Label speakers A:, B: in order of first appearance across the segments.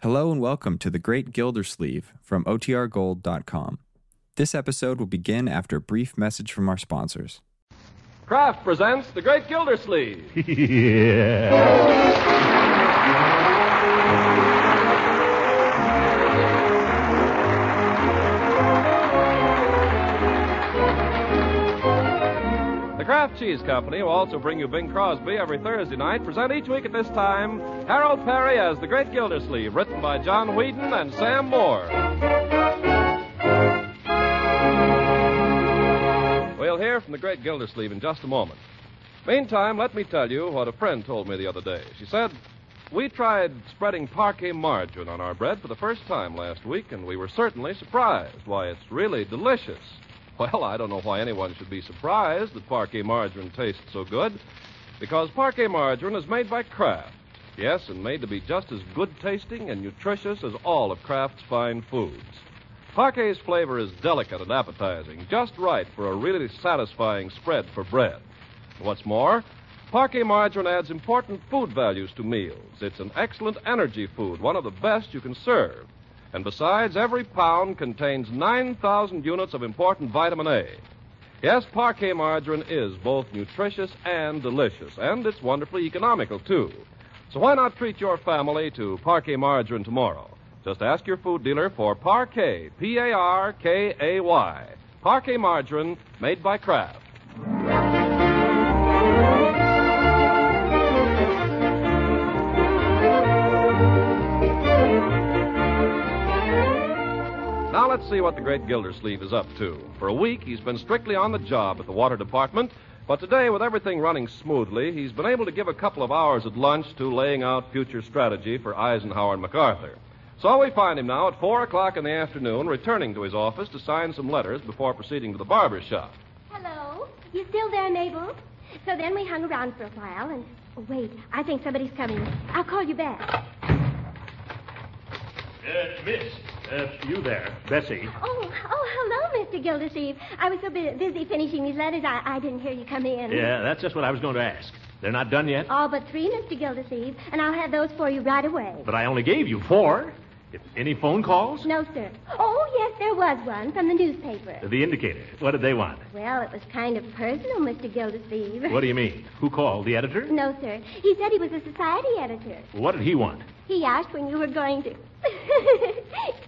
A: Hello and welcome to The Great Gildersleeve from OTRGold.com. This episode will begin after a brief message from our sponsors.
B: Kraft presents The Great Gildersleeve. The Kraft Cheese Company will also bring you Bing Crosby every Thursday night. Present each week at this time Harold Perry as The Great Gildersleeve, written by John Whedon and Sam Moore. We'll hear from the great Gildersleeve in just a moment. Meantime, let me tell you what a friend told me the other day. She said, We tried spreading parquet margarine on our bread for the first time last week, and we were certainly surprised. Why, it's really delicious. Well, I don't know why anyone should be surprised that parquet margarine tastes so good, because parquet margarine is made by Kraft. Yes, and made to be just as good tasting and nutritious as all of Kraft's fine foods. Parquet's flavor is delicate and appetizing, just right for a really satisfying spread for bread. What's more, parquet margarine adds important food values to meals. It's an excellent energy food, one of the best you can serve. And besides, every pound contains 9,000 units of important vitamin A. Yes, parquet margarine is both nutritious and delicious, and it's wonderfully economical, too. So why not treat your family to parquet margarine tomorrow? Just ask your food dealer for parquet, P A R K A Y. Parquet margarine made by Kraft. Now let's see what the great Gildersleeve is up to. For a week, he's been strictly on the job at the water department, but today, with everything running smoothly, he's been able to give a couple of hours at lunch to laying out future strategy for Eisenhower and MacArthur. So we find him now at 4 o'clock in the afternoon, returning to his office to sign some letters before proceeding to the barber shop.
C: Hello. You still there, Mabel? So then we hung around for a while and. Oh, wait, I think somebody's coming. I'll call you back.
D: Uh, miss, uh, you there, Bessie.
C: Oh, oh, hello, Mr. Gildersleeve. I was so bu- busy finishing these letters, I, I didn't hear you come in.
D: Yeah, that's just what I was going to ask. They're not done yet,
C: All but three, Mr. Gildersleeve, and I'll have those for you right away.
D: but I only gave you four. If any phone calls,
C: No, sir. Oh, yes, there was one from the newspaper.
D: the indicator. What did they want?
C: Well, it was kind of personal, Mr. Gildersleeve.
D: What do you mean? Who called? The editor?
C: No, sir. He said he was a society editor.
D: What did he want?
C: He asked when you were going to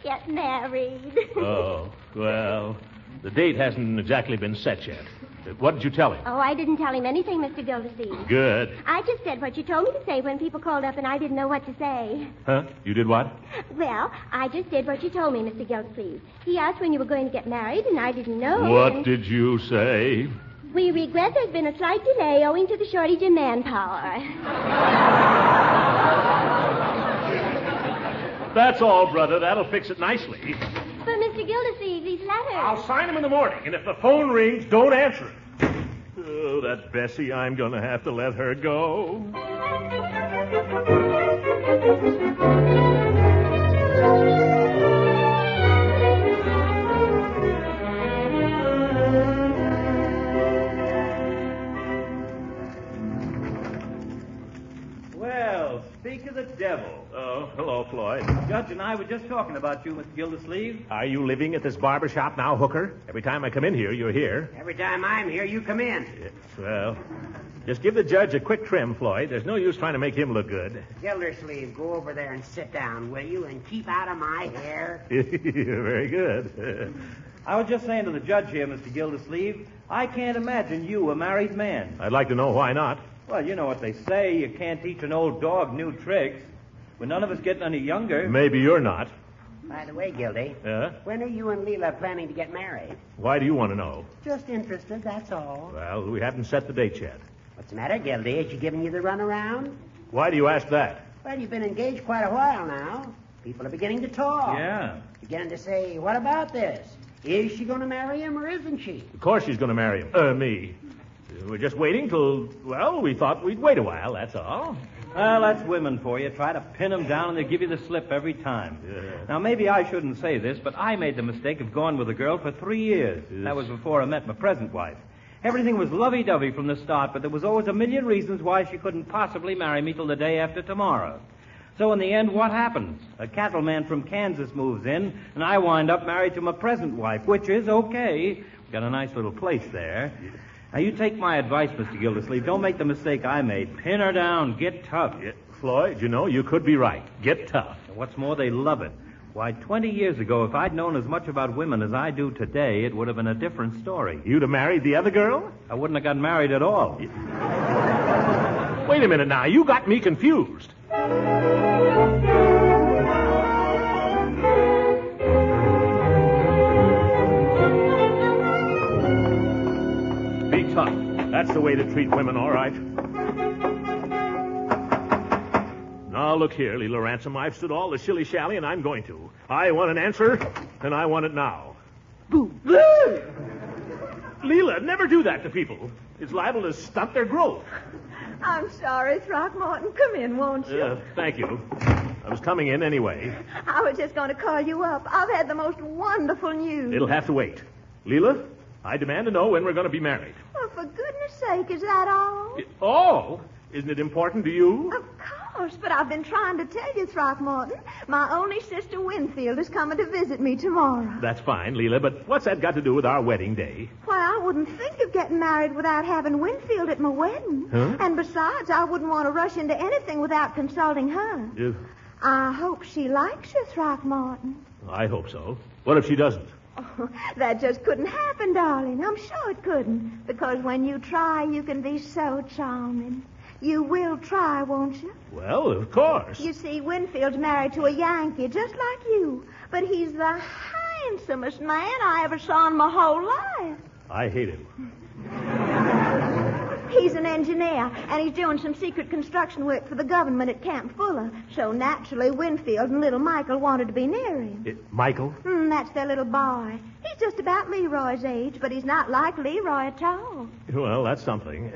C: get married.
D: Oh, well, the date hasn't exactly been set yet. Uh, What did you tell him?
C: Oh, I didn't tell him anything, Mr. Gildersleeve.
D: Good.
C: I just said what you told me to say when people called up and I didn't know what to say.
D: Huh? You did what?
C: Well, I just did what you told me, Mr. Gildersleeve. He asked when you were going to get married and I didn't know.
D: What
C: and
D: did you say?
C: We regret there's been a slight delay owing to the shortage in manpower.
D: That's all, brother. That'll fix it nicely.
C: But, Mr. Gildersleeve, these letters.
D: sign him in the morning, and if the phone rings, don't answer it. Oh, that Bessie, I'm going to have to let her go.
E: Well, speak of the devil.
D: Oh, hello, Floyd.
E: Judge and I were just talking about you, Mr. Gildersleeve.
D: Are you living at this barber shop now, Hooker? Every time I come in here, you're here.
F: Every time I'm here, you come in.
D: Well, just give the judge a quick trim, Floyd. There's no use trying to make him look good.
F: Gildersleeve, go over there and sit down, will you? And keep out of my hair.
D: Very good.
E: I was just saying to the judge here, Mr. Gildersleeve, I can't imagine you a married man.
D: I'd like to know why not.
E: Well, you know what they say. You can't teach an old dog new tricks. We're none of us getting any younger.
D: Maybe you're not.
F: By the way, Gildy,
D: Uh,
F: when are you and Leela planning to get married?
D: why do you want to know?
F: Just interested, that's all.
D: Well, we haven't set the date yet.
F: What's the matter, Gildy? Is she giving you the runaround?
D: Why do you ask that?
F: Well, you've been engaged quite a while now. People are beginning to talk.
E: Yeah.
F: Beginning to say, what about this? Is she going to marry him or isn't she?
D: Of course she's going to marry him. Uh, me. We're just waiting till, well, we thought we'd wait a while, that's all.
E: Well, that's women for you. Try to pin 'em down and they give you the slip every time.
D: Yeah.
E: Now, maybe I shouldn't say this, but I made the mistake of going with a girl for three years. That was before I met my present wife. Everything was lovey dovey from the start, but there was always a million reasons why she couldn't possibly marry me till the day after tomorrow. So in the end, what happens? A cattleman from Kansas moves in, and I wind up married to my present wife, which is okay. We've got a nice little place there. Now, you take my advice, Mr. Gildersleeve. Don't make the mistake I made. Pin her down. Get tough.
D: Yeah, Floyd, you know, you could be right. Get tough.
E: And what's more, they love it. Why, 20 years ago, if I'd known as much about women as I do today, it would have been a different story.
D: You'd have married the other girl?
E: I wouldn't have got married at all.
D: Wait a minute now. You got me confused. Be tough. That's the way to treat women, all right. Now, look here, Leela Ransom. I've stood all the shilly shally, and I'm going to. I want an answer, and I want it now. Boo. Leela, never do that to people. It's liable to stunt their growth.
G: I'm sorry, Throckmorton. Come in, won't you?
D: Uh, thank you. I was coming in anyway.
G: I was just going to call you up. I've had the most wonderful news.
D: It'll have to wait. Leela, I demand to know when we're going to be married.
G: Well, for goodness sake, is that all?
D: It, oh, isn't it important to you?
G: Of course, but I've been trying to tell you, Throckmorton. My only sister Winfield is coming to visit me tomorrow.
D: That's fine, Leela, but what's that got to do with our wedding day?
G: Why, I wouldn't think of getting married without having Winfield at my wedding.
D: Huh?
G: And besides, I wouldn't want to rush into anything without consulting her.
D: Uh,
G: I hope she likes you, Throckmorton.
D: I hope so. What if she doesn't?
G: Oh, that just couldn't happen, darling. I'm sure it couldn't. Because when you try, you can be so charming. You will try, won't you?
D: Well, of course.
G: You see, Winfield's married to a Yankee just like you, but he's the handsomest man I ever saw in my whole life.
D: I hate him.
G: He's an engineer, and he's doing some secret construction work for the government at Camp Fuller. So naturally, Winfield and little Michael wanted to be near him.
D: It, Michael?
G: Mm, that's their little boy. He's just about Leroy's age, but he's not like Leroy at all.
D: Well, that's something.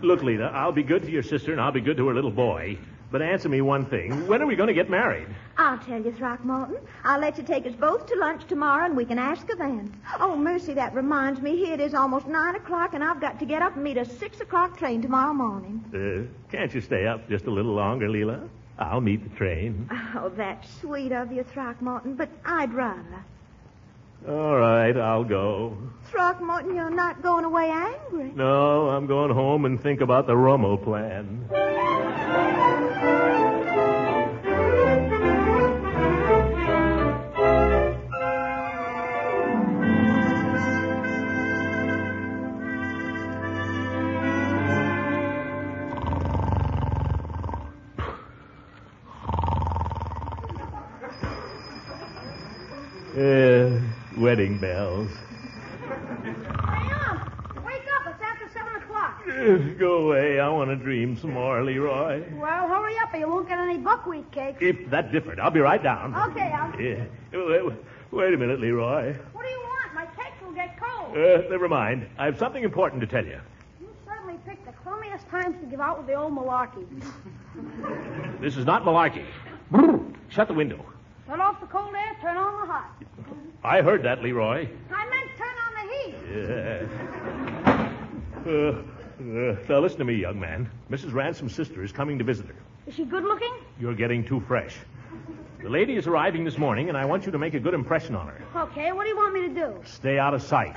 D: Look, Leela, I'll be good to your sister and I'll be good to her little boy. But answer me one thing. When are we going to get married?
G: I'll tell you, Throckmorton. I'll let you take us both to lunch tomorrow, and we can ask her then. Oh, mercy, that reminds me. Here it is almost nine o'clock, and I've got to get up and meet a six o'clock train tomorrow morning.
D: Uh, can't you stay up just a little longer, Leela? I'll meet the train.
G: Oh, that's sweet of you, Throckmorton, but I'd rather.
D: All right, I'll go.
G: Throckmorton, you're not going away angry.
D: No, I'm going home and think about the Romo plan. Uh, wedding bells.
H: Mom, wake up. It's after 7 o'clock.
D: Uh, Go away. I want to dream some more, Leroy.
H: Well, hurry up or you won't get any buckwheat cakes.
D: If that's different, I'll be right down.
H: Okay, I'll...
D: Yeah. Wait, wait a minute, Leroy.
H: What do you want? My cakes will get cold.
D: Uh, never mind. I have something important to tell you.
H: You certainly picked the crummiest times to give out with the old malarkey.
D: This is not malarkey. Brr. Shut the window.
H: Turn off the cold air, turn on the hot.
D: I heard that, Leroy.
H: I meant turn on the heat.
D: Yeah. Uh, uh, now, listen to me, young man. Mrs. Ransom's sister is coming to visit her.
H: Is she good looking?
D: You're getting too fresh. The lady is arriving this morning, and I want you to make a good impression on her.
H: Okay, what do you want me to do?
D: Stay out of sight.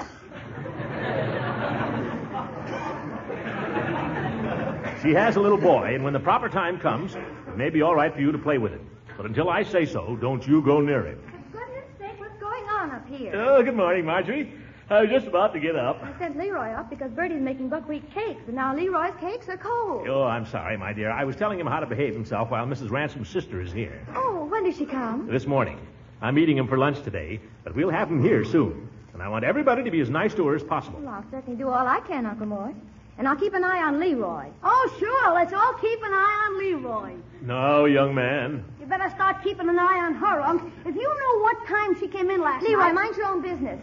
D: she has a little boy, and when the proper time comes, it may be all right for you to play with him. But until I say so, don't you go near him.
H: For goodness sake, what's going on up here?
D: Oh, good morning, Marjorie. I was just about to get up.
H: I sent Leroy up because Bertie's making buckwheat cakes, and now Leroy's cakes are cold.
D: Oh, I'm sorry, my dear. I was telling him how to behave himself while Mrs. Ransom's sister is here.
G: Oh, when does she come?
D: This morning. I'm meeting him for lunch today, but we'll have him here soon. And I want everybody to be as nice to her as possible.
G: Well, I'll certainly do all I can, Uncle Mort. And I'll keep an eye on Leroy.
H: Oh, sure, let's all keep an eye on Leroy.
D: No, young man.
H: You better start keeping an eye on her, Unc. If you knew what time she came in last
G: Leroy,
H: night...
G: mind your own business.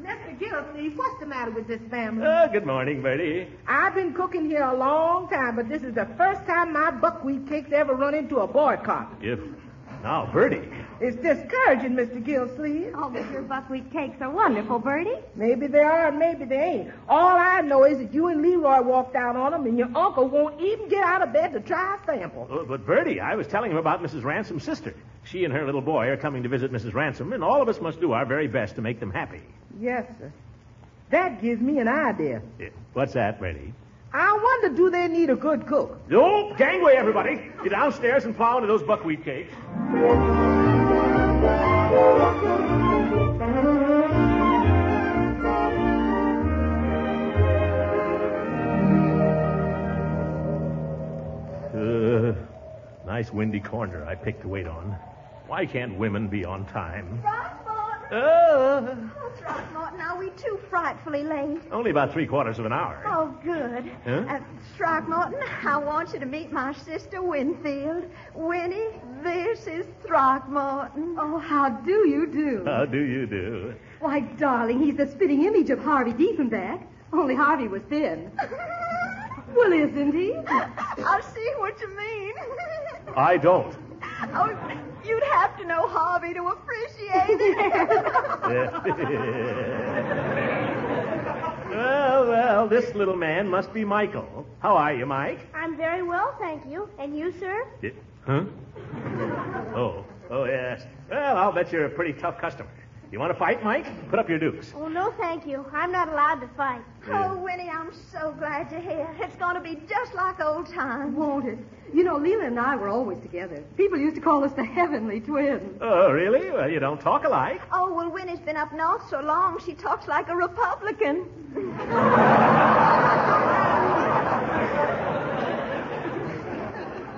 I: Mr. Gildersleeve, what's the matter with this family?
D: Oh, good morning, Bertie.
I: I've been cooking here a long time, but this is the first time my buckwheat cakes ever run into a boycott.
D: If Now, Bertie.
I: It's discouraging, Mr. Gillsleeve.
H: Oh, but your buckwheat cakes are wonderful, Bertie.
I: Maybe they are, and maybe they ain't. All I know is that you and Leroy walked out on them, and your uncle won't even get out of bed to try a sample.
D: Oh, But, Bertie, I was telling him about Mrs. Ransom's sister. She and her little boy are coming to visit Mrs. Ransom, and all of us must do our very best to make them happy.
I: Yes, sir. That gives me an idea.
D: Eh, What's that, Bertie?
I: I wonder, do they need a good cook?
D: Oh, gangway, everybody. Get downstairs and plow into those buckwheat cakes. Uh, nice windy corner I picked to wait on. Why can't women be on time?
G: Throckmorton!
D: Uh,
G: Oh, Throckmorton, are we too frightfully late?
D: only about three quarters of an hour.
G: Oh, good.
D: Huh?
G: Uh, Throckmorton, I want you to meet my sister Winfield. Winnie, this is Throckmorton.
H: Oh, how do you do?
D: How do you do?
H: Why, darling, he's the spitting image of Harvey Diefenbach. Only Harvey was thin. well, isn't he?
G: I see what you mean.
D: I don't.
G: oh, you'd have to know Harvey to appreciate it.
D: well, well, this little man must be Michael. How are you, Mike?
H: I'm very well, thank you. And you, sir?
D: Y- Huh? Oh, oh, yes. Well, I'll bet you're a pretty tough customer. You want to fight, Mike? Put up your dukes.
H: Oh, no, thank you. I'm not allowed to fight.
G: oh, Winnie, I'm so glad you're here. It's going to be just like old times.
I: Won't it? You know, Leela and I were always together. People used to call us the heavenly twins.
D: Oh, really? Well, you don't talk alike.
G: Oh, well, Winnie's been up north so long, she talks like a Republican.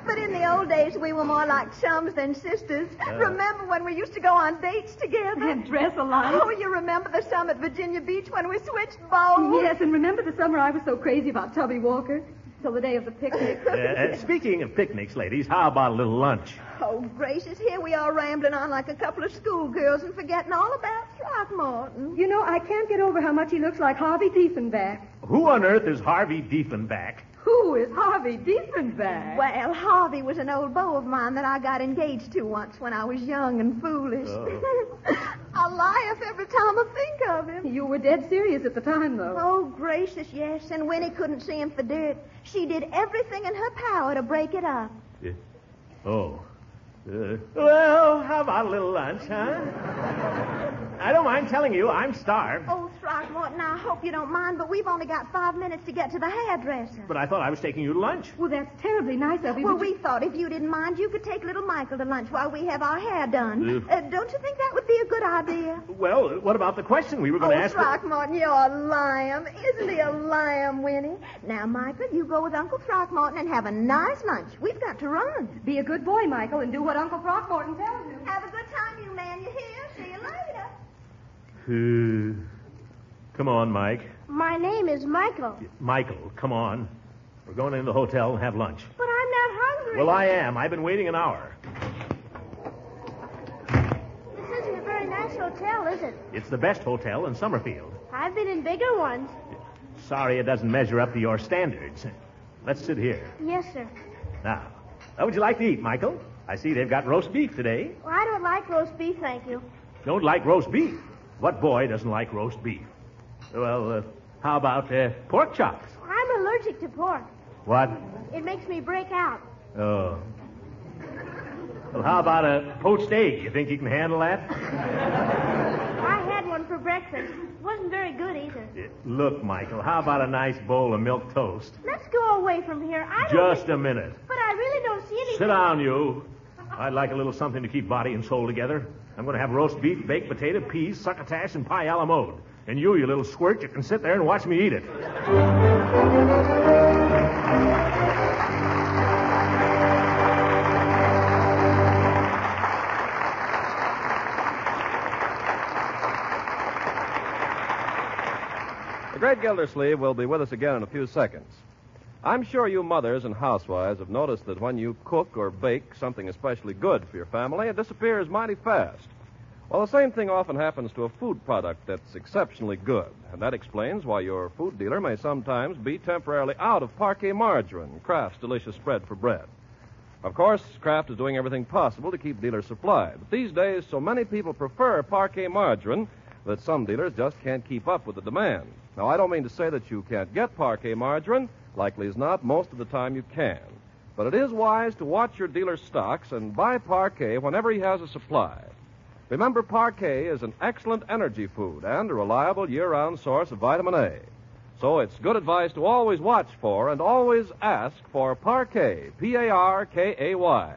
G: but in the old days, we were more like chums than sisters. Remember when we used to go on dates together?
I: And dress alike.
G: Oh, you remember the summer at Virginia Beach when we switched bowls?
I: Yes, and remember the summer I was so crazy about Tubby Walker? Till the day of the picnic.
D: Uh, uh, speaking of picnics, ladies, how about a little lunch?
G: Oh, gracious, here we are rambling on like a couple of schoolgirls and forgetting all about Throckmorton.
I: you know, I can't get over how much he looks like Harvey Diefenbach.
D: Who on earth is Harvey Diefenbach?
I: Who is Harvey Diefenbach?
G: Well, Harvey was an old beau of mine that I got engaged to once when I was young and foolish.
D: Oh.
G: I laugh every time I think of him.
I: You were dead serious at the time, though.
G: Oh, gracious, yes. And Winnie couldn't see him for dirt. She did everything in her power to break it up.
D: Uh, Oh. Uh, well, how about a little lunch, huh? I don't mind telling you, I'm starved.
G: Oh, Throckmorton, I hope you don't mind, but we've only got five minutes to get to the hairdresser.
D: But I thought I was taking you to lunch.
I: Well, that's terribly nice of you.
G: Well,
I: but
G: we thought if you didn't mind, you could take little Michael to lunch while we have our hair done.
D: Mm.
G: Uh, don't you think that would be a good idea?
D: Well, what about the question we were
G: Oh,
D: going to ask?
G: Throckmorton, you're a lamb. Isn't he a lamb, Winnie? Now, Michael, you go with Uncle Throckmorton and have a nice lunch. We've got to run.
I: Be a good boy, Michael, and do what Uncle Throckmorton tells you.
G: Have a good time, you man. You hear? See you later.
D: Uh, come on, Mike.
H: My name is Michael,
D: Michael, come on. We're going into the hotel and have lunch.
H: but I'm not hungry.
D: Well, I am. I've been waiting an hour.
H: This isn't a very nice hotel, is it?
D: It's the best hotel in Summerfield.
H: I've been in bigger ones.
D: Sorry it doesn't measure up to your standards. Let's sit here.
H: Yes, sir.
D: Now, what would you like to eat, Michael? I see they've got roast beef today.
H: Well, I don't like roast beef, thank you.
D: Don't like roast beef? What boy doesn't like roast beef? Well, uh, how about uh, pork chops?
H: I'm allergic to pork.
D: What?
H: It makes me break out.
D: Oh. Well, how about a poached egg? You think you can handle that?
H: I had one for breakfast. Wasn't very good either.
D: Yeah, Look, Michael, how about a nice bowl of milk toast?
H: Let's go away from here. I don't
D: Just a minute.
H: but I really don't see anything.
D: Sit down, you. I'd like a little something to keep body and soul together. I'm going to have roast beef, baked potato, peas, succotash, and pie a la mode. And you, you little squirt, you can sit there and watch me eat it.
B: The great Gildersleeve will be with us again in a few seconds. I'm sure you mothers and housewives have noticed that when you cook or bake something especially good for your family, it disappears mighty fast. Well, the same thing often happens to a food product that's exceptionally good, and that explains why your food dealer may sometimes be temporarily out of parquet margarine, Kraft's delicious spread for bread. Of course, Kraft is doing everything possible to keep dealers supplied. But these days, so many people prefer parquet margarine that some dealers just can't keep up with the demand. Now, I don't mean to say that you can't get parquet margarine. Likely as not, most of the time you can. But it is wise to watch your dealer's stocks and buy parquet whenever he has a supply. Remember, parquet is an excellent energy food and a reliable year round source of vitamin A. So it's good advice to always watch for and always ask for parquet, P A R K A Y.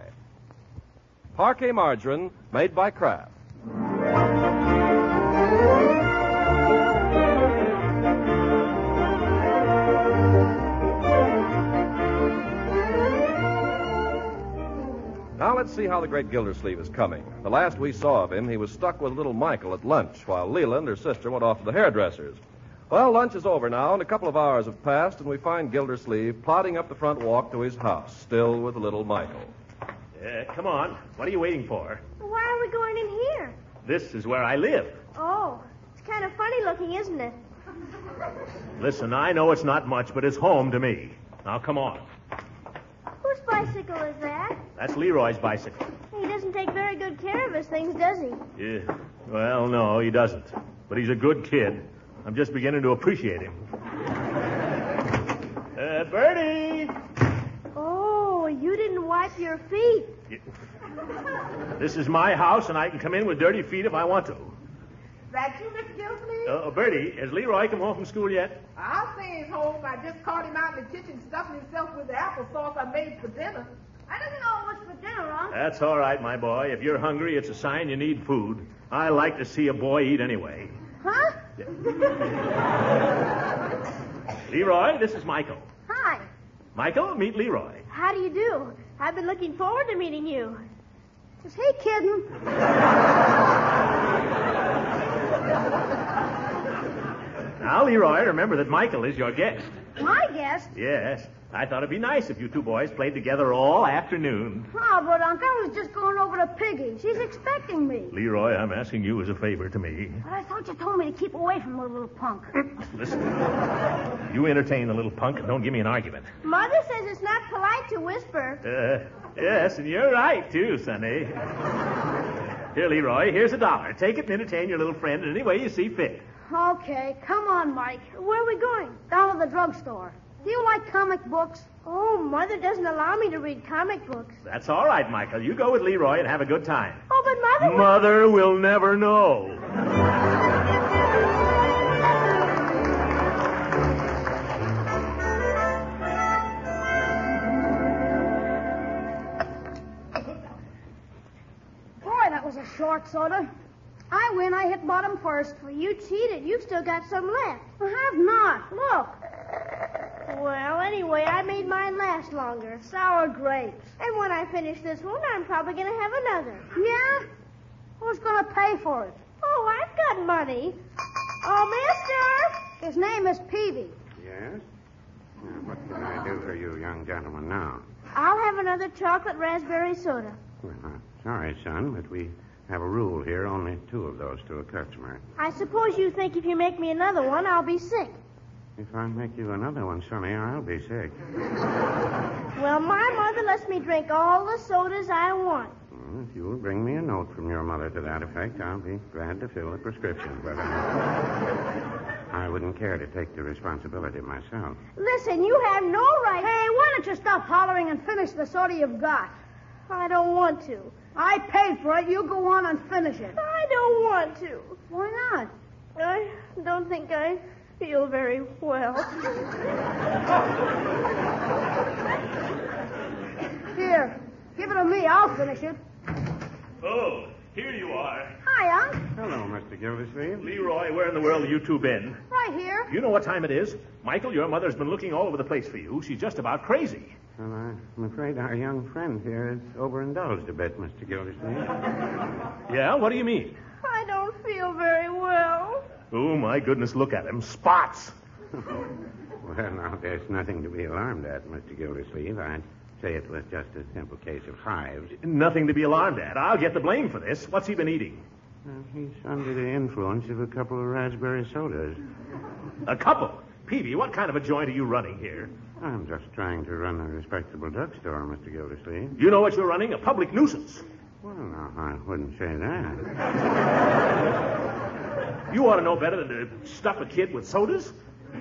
B: Parquet margarine made by Kraft. Now let's see how the great Gildersleeve is coming. The last we saw of him, he was stuck with little Michael at lunch while Leela and her sister went off to the hairdresser's. Well, lunch is over now, and a couple of hours have passed, and we find Gildersleeve plodding up the front walk to his house, still with little Michael.
D: Uh, come on. What are you waiting for?
H: Why are we going in here?
D: This is where I live.
H: Oh, it's kind of funny looking, isn't it?
D: Listen, I know it's not much, but it's home to me. Now, come on.
H: Whose bicycle is that?
D: That's Leroy's bicycle.
H: He doesn't take very good care of his things, does he?
D: Yeah. Well, no, he doesn't. But he's a good kid. I'm just beginning to appreciate him. Uh, Bertie!
H: Oh, you didn't wipe your feet.
D: This is my house, and I can come in with dirty feet if I want to.
I: That you, Mr. Gildersleeve?
D: Uh, Bertie, has Leroy come home from school yet?
I: I'll say he's home. I just caught him out in the kitchen stuffing himself with the applesauce I made for dinner.
H: I don't know what's for dinner, Uncle.
D: That's all right, my boy. If you're hungry, it's a sign you need food. I like to see a boy eat anyway.
H: Huh?
D: Leroy, this is Michael.
H: Hi.
D: Michael, meet Leroy.
H: How do you do? I've been looking forward to meeting you. Just hey, kidding.
D: Now, Leroy, remember that Michael is your guest.
H: My guest.
D: Yes. I thought it'd be nice if you two boys played together all afternoon.
H: Oh, but Uncle, I was just going over to Piggy. She's expecting me.
D: Leroy, I'm asking you as a favor to me.
H: But I thought you told me to keep away from the little punk.
D: Listen. You entertain the little punk and don't give me an argument.
H: Mother says it's not polite to whisper.
D: Uh, yes, and you're right, too, Sonny. Here, Leroy, here's a dollar. Take it and entertain your little friend in any way you see fit.
H: Okay, come on, Mike. Where are we going? Down to the drugstore. Do you like comic books? Oh, Mother doesn't allow me to read comic books.
D: That's all right, Michael. You go with Leroy and have a good time.
H: Oh, but Mother.
D: Mother will never know.
H: Boy, that was a short soda. I win. I hit bottom first. Well, you cheated. You've still got some left. I have not. Look. Well, anyway, I made mine last longer. Sour grapes. And when I finish this one, I'm probably going to have another. Yeah? Who's going to pay for it? Oh, I've got money. Oh, mister! His name is Peavy.
J: Yes? Now, what can I do for you, young gentleman, now?
H: I'll have another chocolate raspberry soda.
J: Well, I'm sorry, son, but we have a rule here only two of those to a customer.
H: I suppose you think if you make me another one, I'll be sick.
J: If I make you another one, Sonny, I'll be sick.
H: Well, my mother lets me drink all the sodas I want.
J: Well, if you'll bring me a note from your mother to that effect, I'll be glad to fill the prescription. But uh, I wouldn't care to take the responsibility myself.
H: Listen, you have no right. Hey, why don't you stop hollering and finish the soda you've got? I don't want to.
I: I paid for it. You go on and finish it.
H: I don't want to.
I: Why not?
H: I don't think I feel very well.
I: Here, give it to me. I'll finish it.
D: Oh, here you are.
H: Hi, Unc.
J: Hello, Mr. Gildersleeve.
D: Leroy, where in the world have you two been?
H: Right here.
D: You know what time it is? Michael, your mother's been looking all over the place for you. She's just about crazy.
J: Well, I'm afraid our young friend here is overindulged a bit, Mr. Gildersleeve.
D: Yeah? What do you mean?
H: I don't feel very well.
D: Oh, my goodness, look at him. Spots.
J: Well, now, there's nothing to be alarmed at, Mr. Gildersleeve. I'd say it was just a simple case of hives.
D: Nothing to be alarmed at. I'll get the blame for this. What's he been eating?
J: Uh, he's under the influence of a couple of raspberry sodas.
D: A couple. Peavy, what kind of a joint are you running here?
J: Uh, I'm just trying to run a respectable drugstore, Mr. Gildersleeve.
D: You know what you're running? A public nuisance.
J: Well, no, I wouldn't say that.
D: You ought to know better than to stuff a kid with sodas.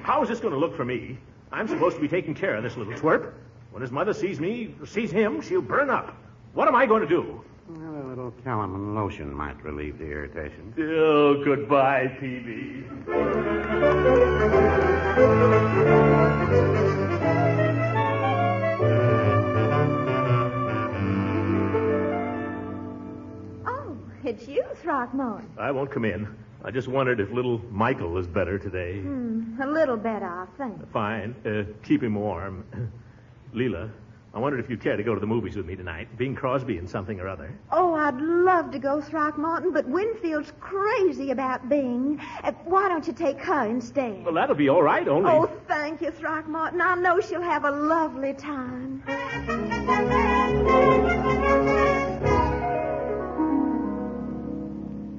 D: How is this going to look for me? I'm supposed to be taking care of this little twerp. When his mother sees me, sees him, she'll burn up. What am I going to do?
J: Well, a little calamine lotion might relieve the irritation.
D: Oh, goodbye, Peavy.
G: Oh, it's you, Throckmorton.
D: I won't come in. I just wondered if little Michael is better today.
G: Hmm, a little better, I think.
D: Fine. Uh, keep him warm. Leela, I wondered if you'd care to go to the movies with me tonight. Bing Crosby and something or other.
G: Oh, I'd love to go, Throckmorton, but Winfield's crazy about Bing. Uh, why don't you take her instead?
D: Well, that'll be all right, only.
G: Oh, thank you, Throckmorton. I know she'll have a lovely time.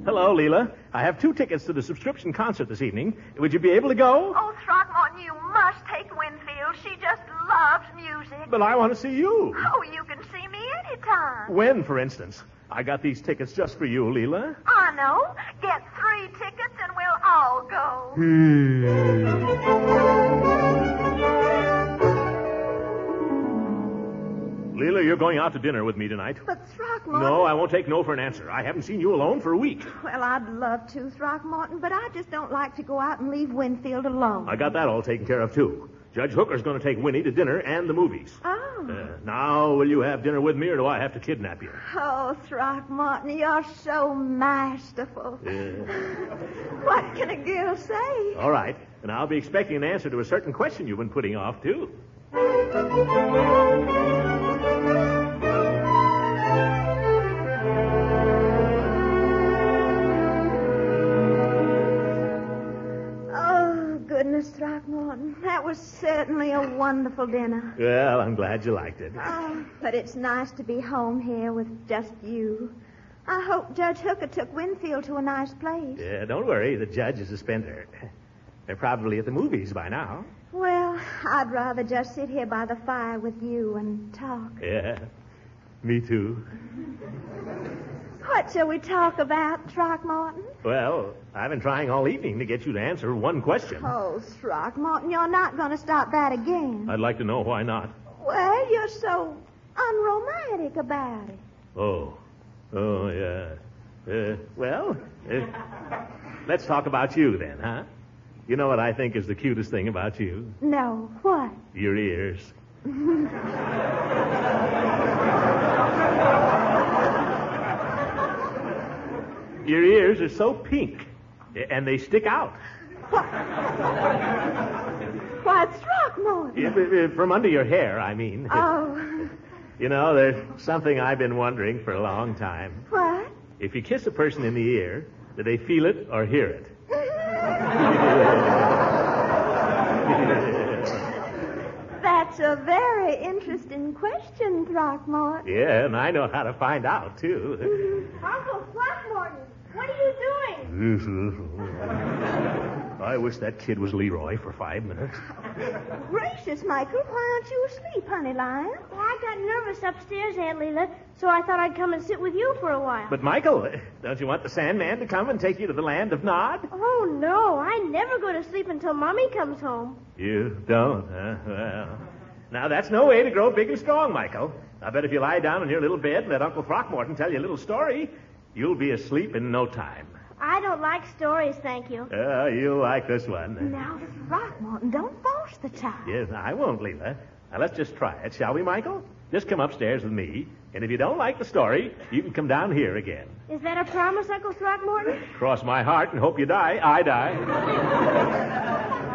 D: Hello, Leela. I have two tickets to the subscription concert this evening. Would you be able to go?
K: Oh, Throckmorton, you must take Winfield. She just loves music.
D: But I want to see you.
K: Oh, you can see me anytime.
D: When, for instance? I got these tickets just for you, Leela.
K: I know. Get three tickets and we'll all go.
D: Leela, you're going out to dinner with me tonight.
G: But Throckmorton.
D: No, I won't take no for an answer. I haven't seen you alone for a week.
G: Well, I'd love to, Throckmorton, but I just don't like to go out and leave Winfield alone.
D: I got that all taken care of, too. Judge Hooker's going to take Winnie to dinner and the movies.
G: Oh.
D: Uh, now, will you have dinner with me, or do I have to kidnap you?
G: Oh, Throckmorton, you're so masterful. What can a girl say?
D: All right. And I'll be expecting an answer to a certain question you've been putting off, too.
G: Oh, goodness, Throckmorton. That was certainly a wonderful dinner.
D: Well, I'm glad you liked it.
G: Oh, but it's nice to be home here with just you. I hope Judge Hooker took Winfield to a nice place.
D: Yeah, don't worry. The judge is a spender. They're probably at the movies by now.
G: Well, I'd rather just sit here by the fire with you and talk.
D: Yeah. Me too.
G: What shall we talk about, Throckmorton?
D: Well, I've been trying all evening to get you to answer one question.
G: Oh, Throckmorton, you're not going to stop that again.
D: I'd like to know why not.
G: Well, you're so unromantic about it.
D: Oh. Oh, yeah. Uh, well, uh, let's talk about you then, huh? You know what I think is the cutest thing about you?
G: No, what?
D: Your ears. Your ears are so pink, and they stick out
G: Why, Throckmorton.
D: Yeah, uh, from under your hair. I mean,
G: Oh,
D: you know, there's something I've been wondering for a long time.
G: what?
D: If you kiss a person in the ear, do they feel it or hear it?
G: That's a very interesting question, Throckmorton.
D: Yeah, and I know how to find out too.
H: Uncle Throckmorton, what are you doing?
D: I wish that kid was Leroy for five minutes.
G: Gracious, Michael, why aren't you asleep, honey lion?
H: Well, I got nervous upstairs, Aunt Leela, so I thought I'd come and sit with you for a while.
D: But Michael, don't you want the Sandman to come and take you to the land of Nod?
H: Oh, no, I never go to sleep until Mommy comes home.
D: You don't, huh? Well, now that's no way to grow big and strong, Michael. I bet if you lie down in your little bed and let Uncle Throckmorton tell you a little story, you'll be asleep in no time.
H: I don't like stories, thank you.
D: Oh, you like this one.
G: Now, Throckmorton, don't force the child.
D: Yes, I won't, Leela. Now let's just try it, shall we, Michael? Just come upstairs with me, and if you don't like the story, you can come down here again.
H: Is that a promise, Uncle Throckmorton?
D: Cross my heart and hope you die. I die.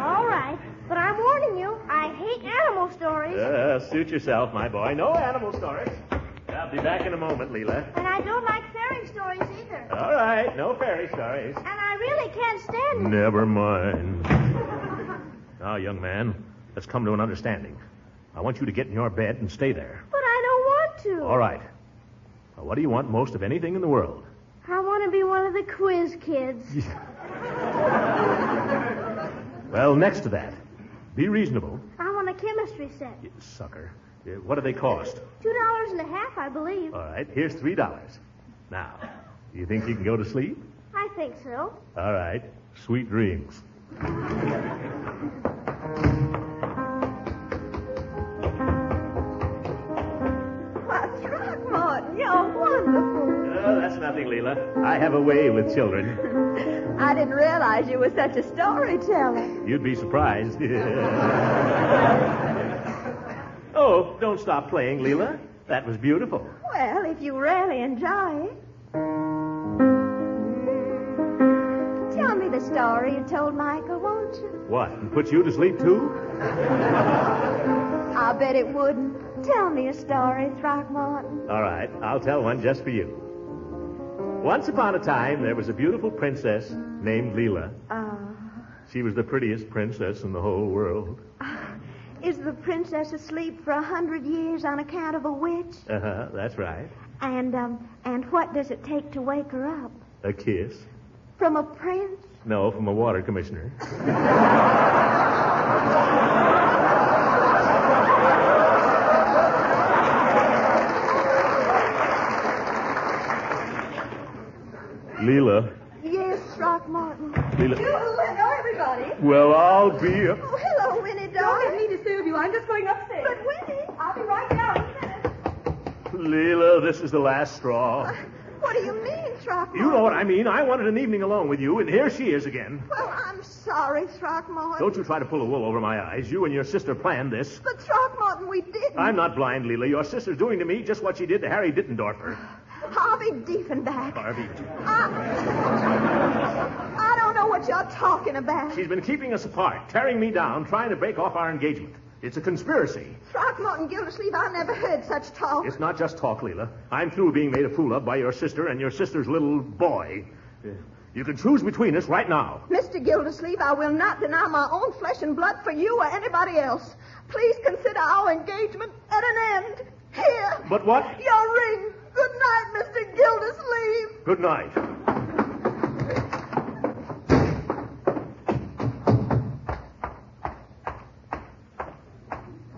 H: All right, but I'm warning you, I hate animal stories,
D: Uh, suit yourself, my boy. No animal stories. I'll be back in a moment, Leela.
H: and I don't like fairy stories either.
D: All right, no fairy stories.
H: And I really can't stand them.
D: Never mind. Now, Ah, young man, let's come to an understanding. I want you to get in your bed and stay there.
H: But I don't want to.
D: All right. Now, what do you want most of anything in the world?
H: I want to be one of the quiz kids.
D: Well, next to that, be reasonable.
H: I want to chemistry set.
D: Sucker. Uh, What do they cost?
H: Two dollars and a half, I believe.
D: All right, here's three dollars. Now, you think you can go to sleep?
H: I think so.
D: All right. Sweet dreams.
G: Why, Throckmorton, you're wonderful.
D: Oh, that's nothing, Leela. I have a way with children.
G: I didn't realize you were such a storyteller.
D: You'd be surprised. oh, don't stop playing, Leela. That was beautiful.
G: Well, if you really enjoy it. Tell me the story you told Michael, won't you?
D: What? And put you to sleep, too?
G: I bet it wouldn't. Tell me a story, Throckmorton.
D: All right, I'll tell one just for you. Once upon a time, there was a beautiful princess named Leela.
G: Oh.
D: She was the prettiest princess in the whole world.
G: Is the princess asleep for a hundred years on account of a witch?
D: Uh huh, that's right.
G: And um, and what does it take to wake her up?
D: A kiss.
G: From a prince?
D: No, from a water commissioner. Leela.
G: Yes, Throckmorton.
D: Leela.
G: oh, hello, everybody.
D: Well, I'll be.
G: Oh, hello, Winnie, darling. Don't get me to serve you. I'm just going upstairs. But, Winnie... I'll be right down.
D: Leela, this is the last straw.
G: What do you mean, Throckmorton?
D: You know what I mean. I wanted an evening alone with you, and here she is again.
G: Well, I'm sorry, Throckmorton.
D: Don't you try to pull a wool over my eyes. You and your sister planned this.
G: But, Throckmorton, we didn't.
D: I'm not blind, Leela. Your sister's doing to me just what she did to Harry Dittendorfer.
G: Harvey Diefenbach.
D: Harvey.
G: I don't know what you're talking about.
D: She's been keeping us apart, tearing me down, trying to break off our engagement. It's a conspiracy.
G: Throckmorton Gildersleeve, I never heard such talk.
D: It's not just talk, Leela. I'm through being made a fool of by your sister and your sister's little boy. You can choose between us right now.
G: Mr. Gildersleeve, I will not deny my own flesh and blood for you or anybody else. Please consider our engagement at an end. Here.
D: But what?
G: Your ring. Good night, Mr. Gildersleeve.
D: Good night.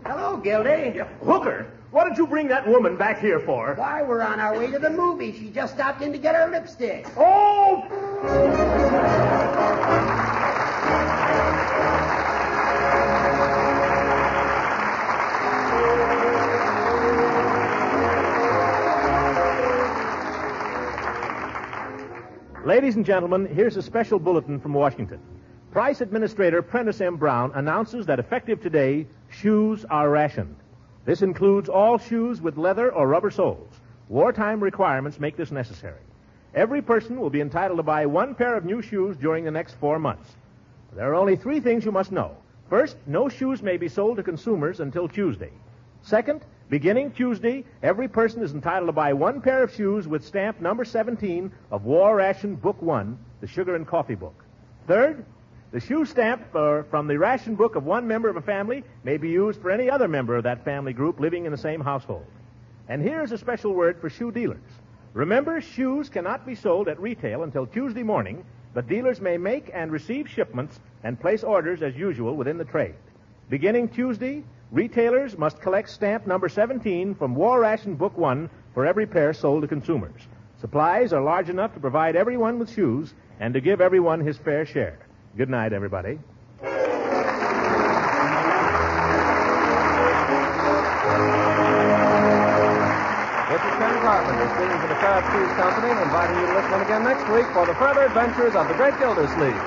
F: Hello, Gildy.
D: Hooker, what did you bring that woman back here for?
F: Why, we're on our way to the movie. She just stopped in to get her lipstick.
D: Oh! Ladies and gentlemen, here's a special bulletin from Washington. Price Administrator Prentice M. Brown announces that effective today, shoes are rationed. This includes all shoes with leather or rubber soles. Wartime requirements make this necessary. Every person will be entitled to buy one pair of new shoes during the next four months. There are only three things you must know. First, no shoes may be sold to consumers until Tuesday. Second, beginning Tuesday, every person is entitled to buy one pair of shoes with stamp number 17 of War Ration Book 1, the Sugar and Coffee Book. Third, the shoe stamp uh, from the ration book of one member of a family may be used for any other member of that family group living in the same household. And here's a special word for shoe dealers. Remember, shoes cannot be sold at retail until Tuesday morning, but dealers may make and receive shipments and place orders as usual within the trade. Beginning Tuesday, retailers must collect stamp number 17 from War Ration Book 1 for every pair sold to consumers. Supplies are large enough to provide everyone with shoes and to give everyone his fair share. Good night, everybody.
B: This is Ken Carpenter speaking for the Kraft Cheese Company and inviting you to listen in again next week for the further adventures of the Great Gildersleeve.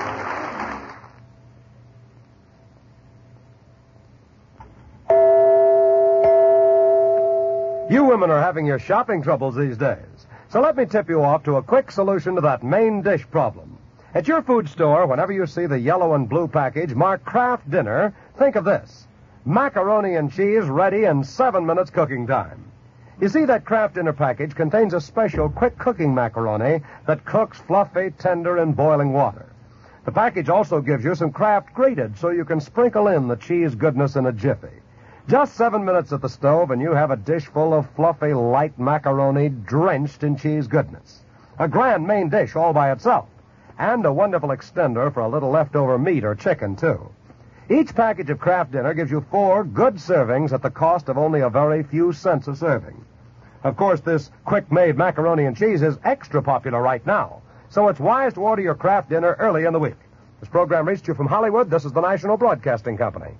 L: You women are having your shopping troubles these days. So let me tip you off to a quick solution to that main dish problem. At your food store, whenever you see the yellow and blue package marked Kraft Dinner, think of this macaroni and cheese ready in seven minutes cooking time. You see, that Kraft Dinner package contains a special quick cooking macaroni that cooks fluffy, tender, in boiling water. The package also gives you some Kraft grated so you can sprinkle in the cheese goodness in a jiffy. Just seven minutes at the stove, and you have a dish full of fluffy, light macaroni drenched in cheese goodness. A grand main dish all by itself, and a wonderful extender for a little leftover meat or chicken, too. Each package of Kraft Dinner gives you four good servings at the cost of only a very few cents a serving. Of course, this quick made macaroni and cheese is extra popular right now, so it's wise to order your Kraft Dinner early in the week. This program reached you from Hollywood. This is the National Broadcasting Company.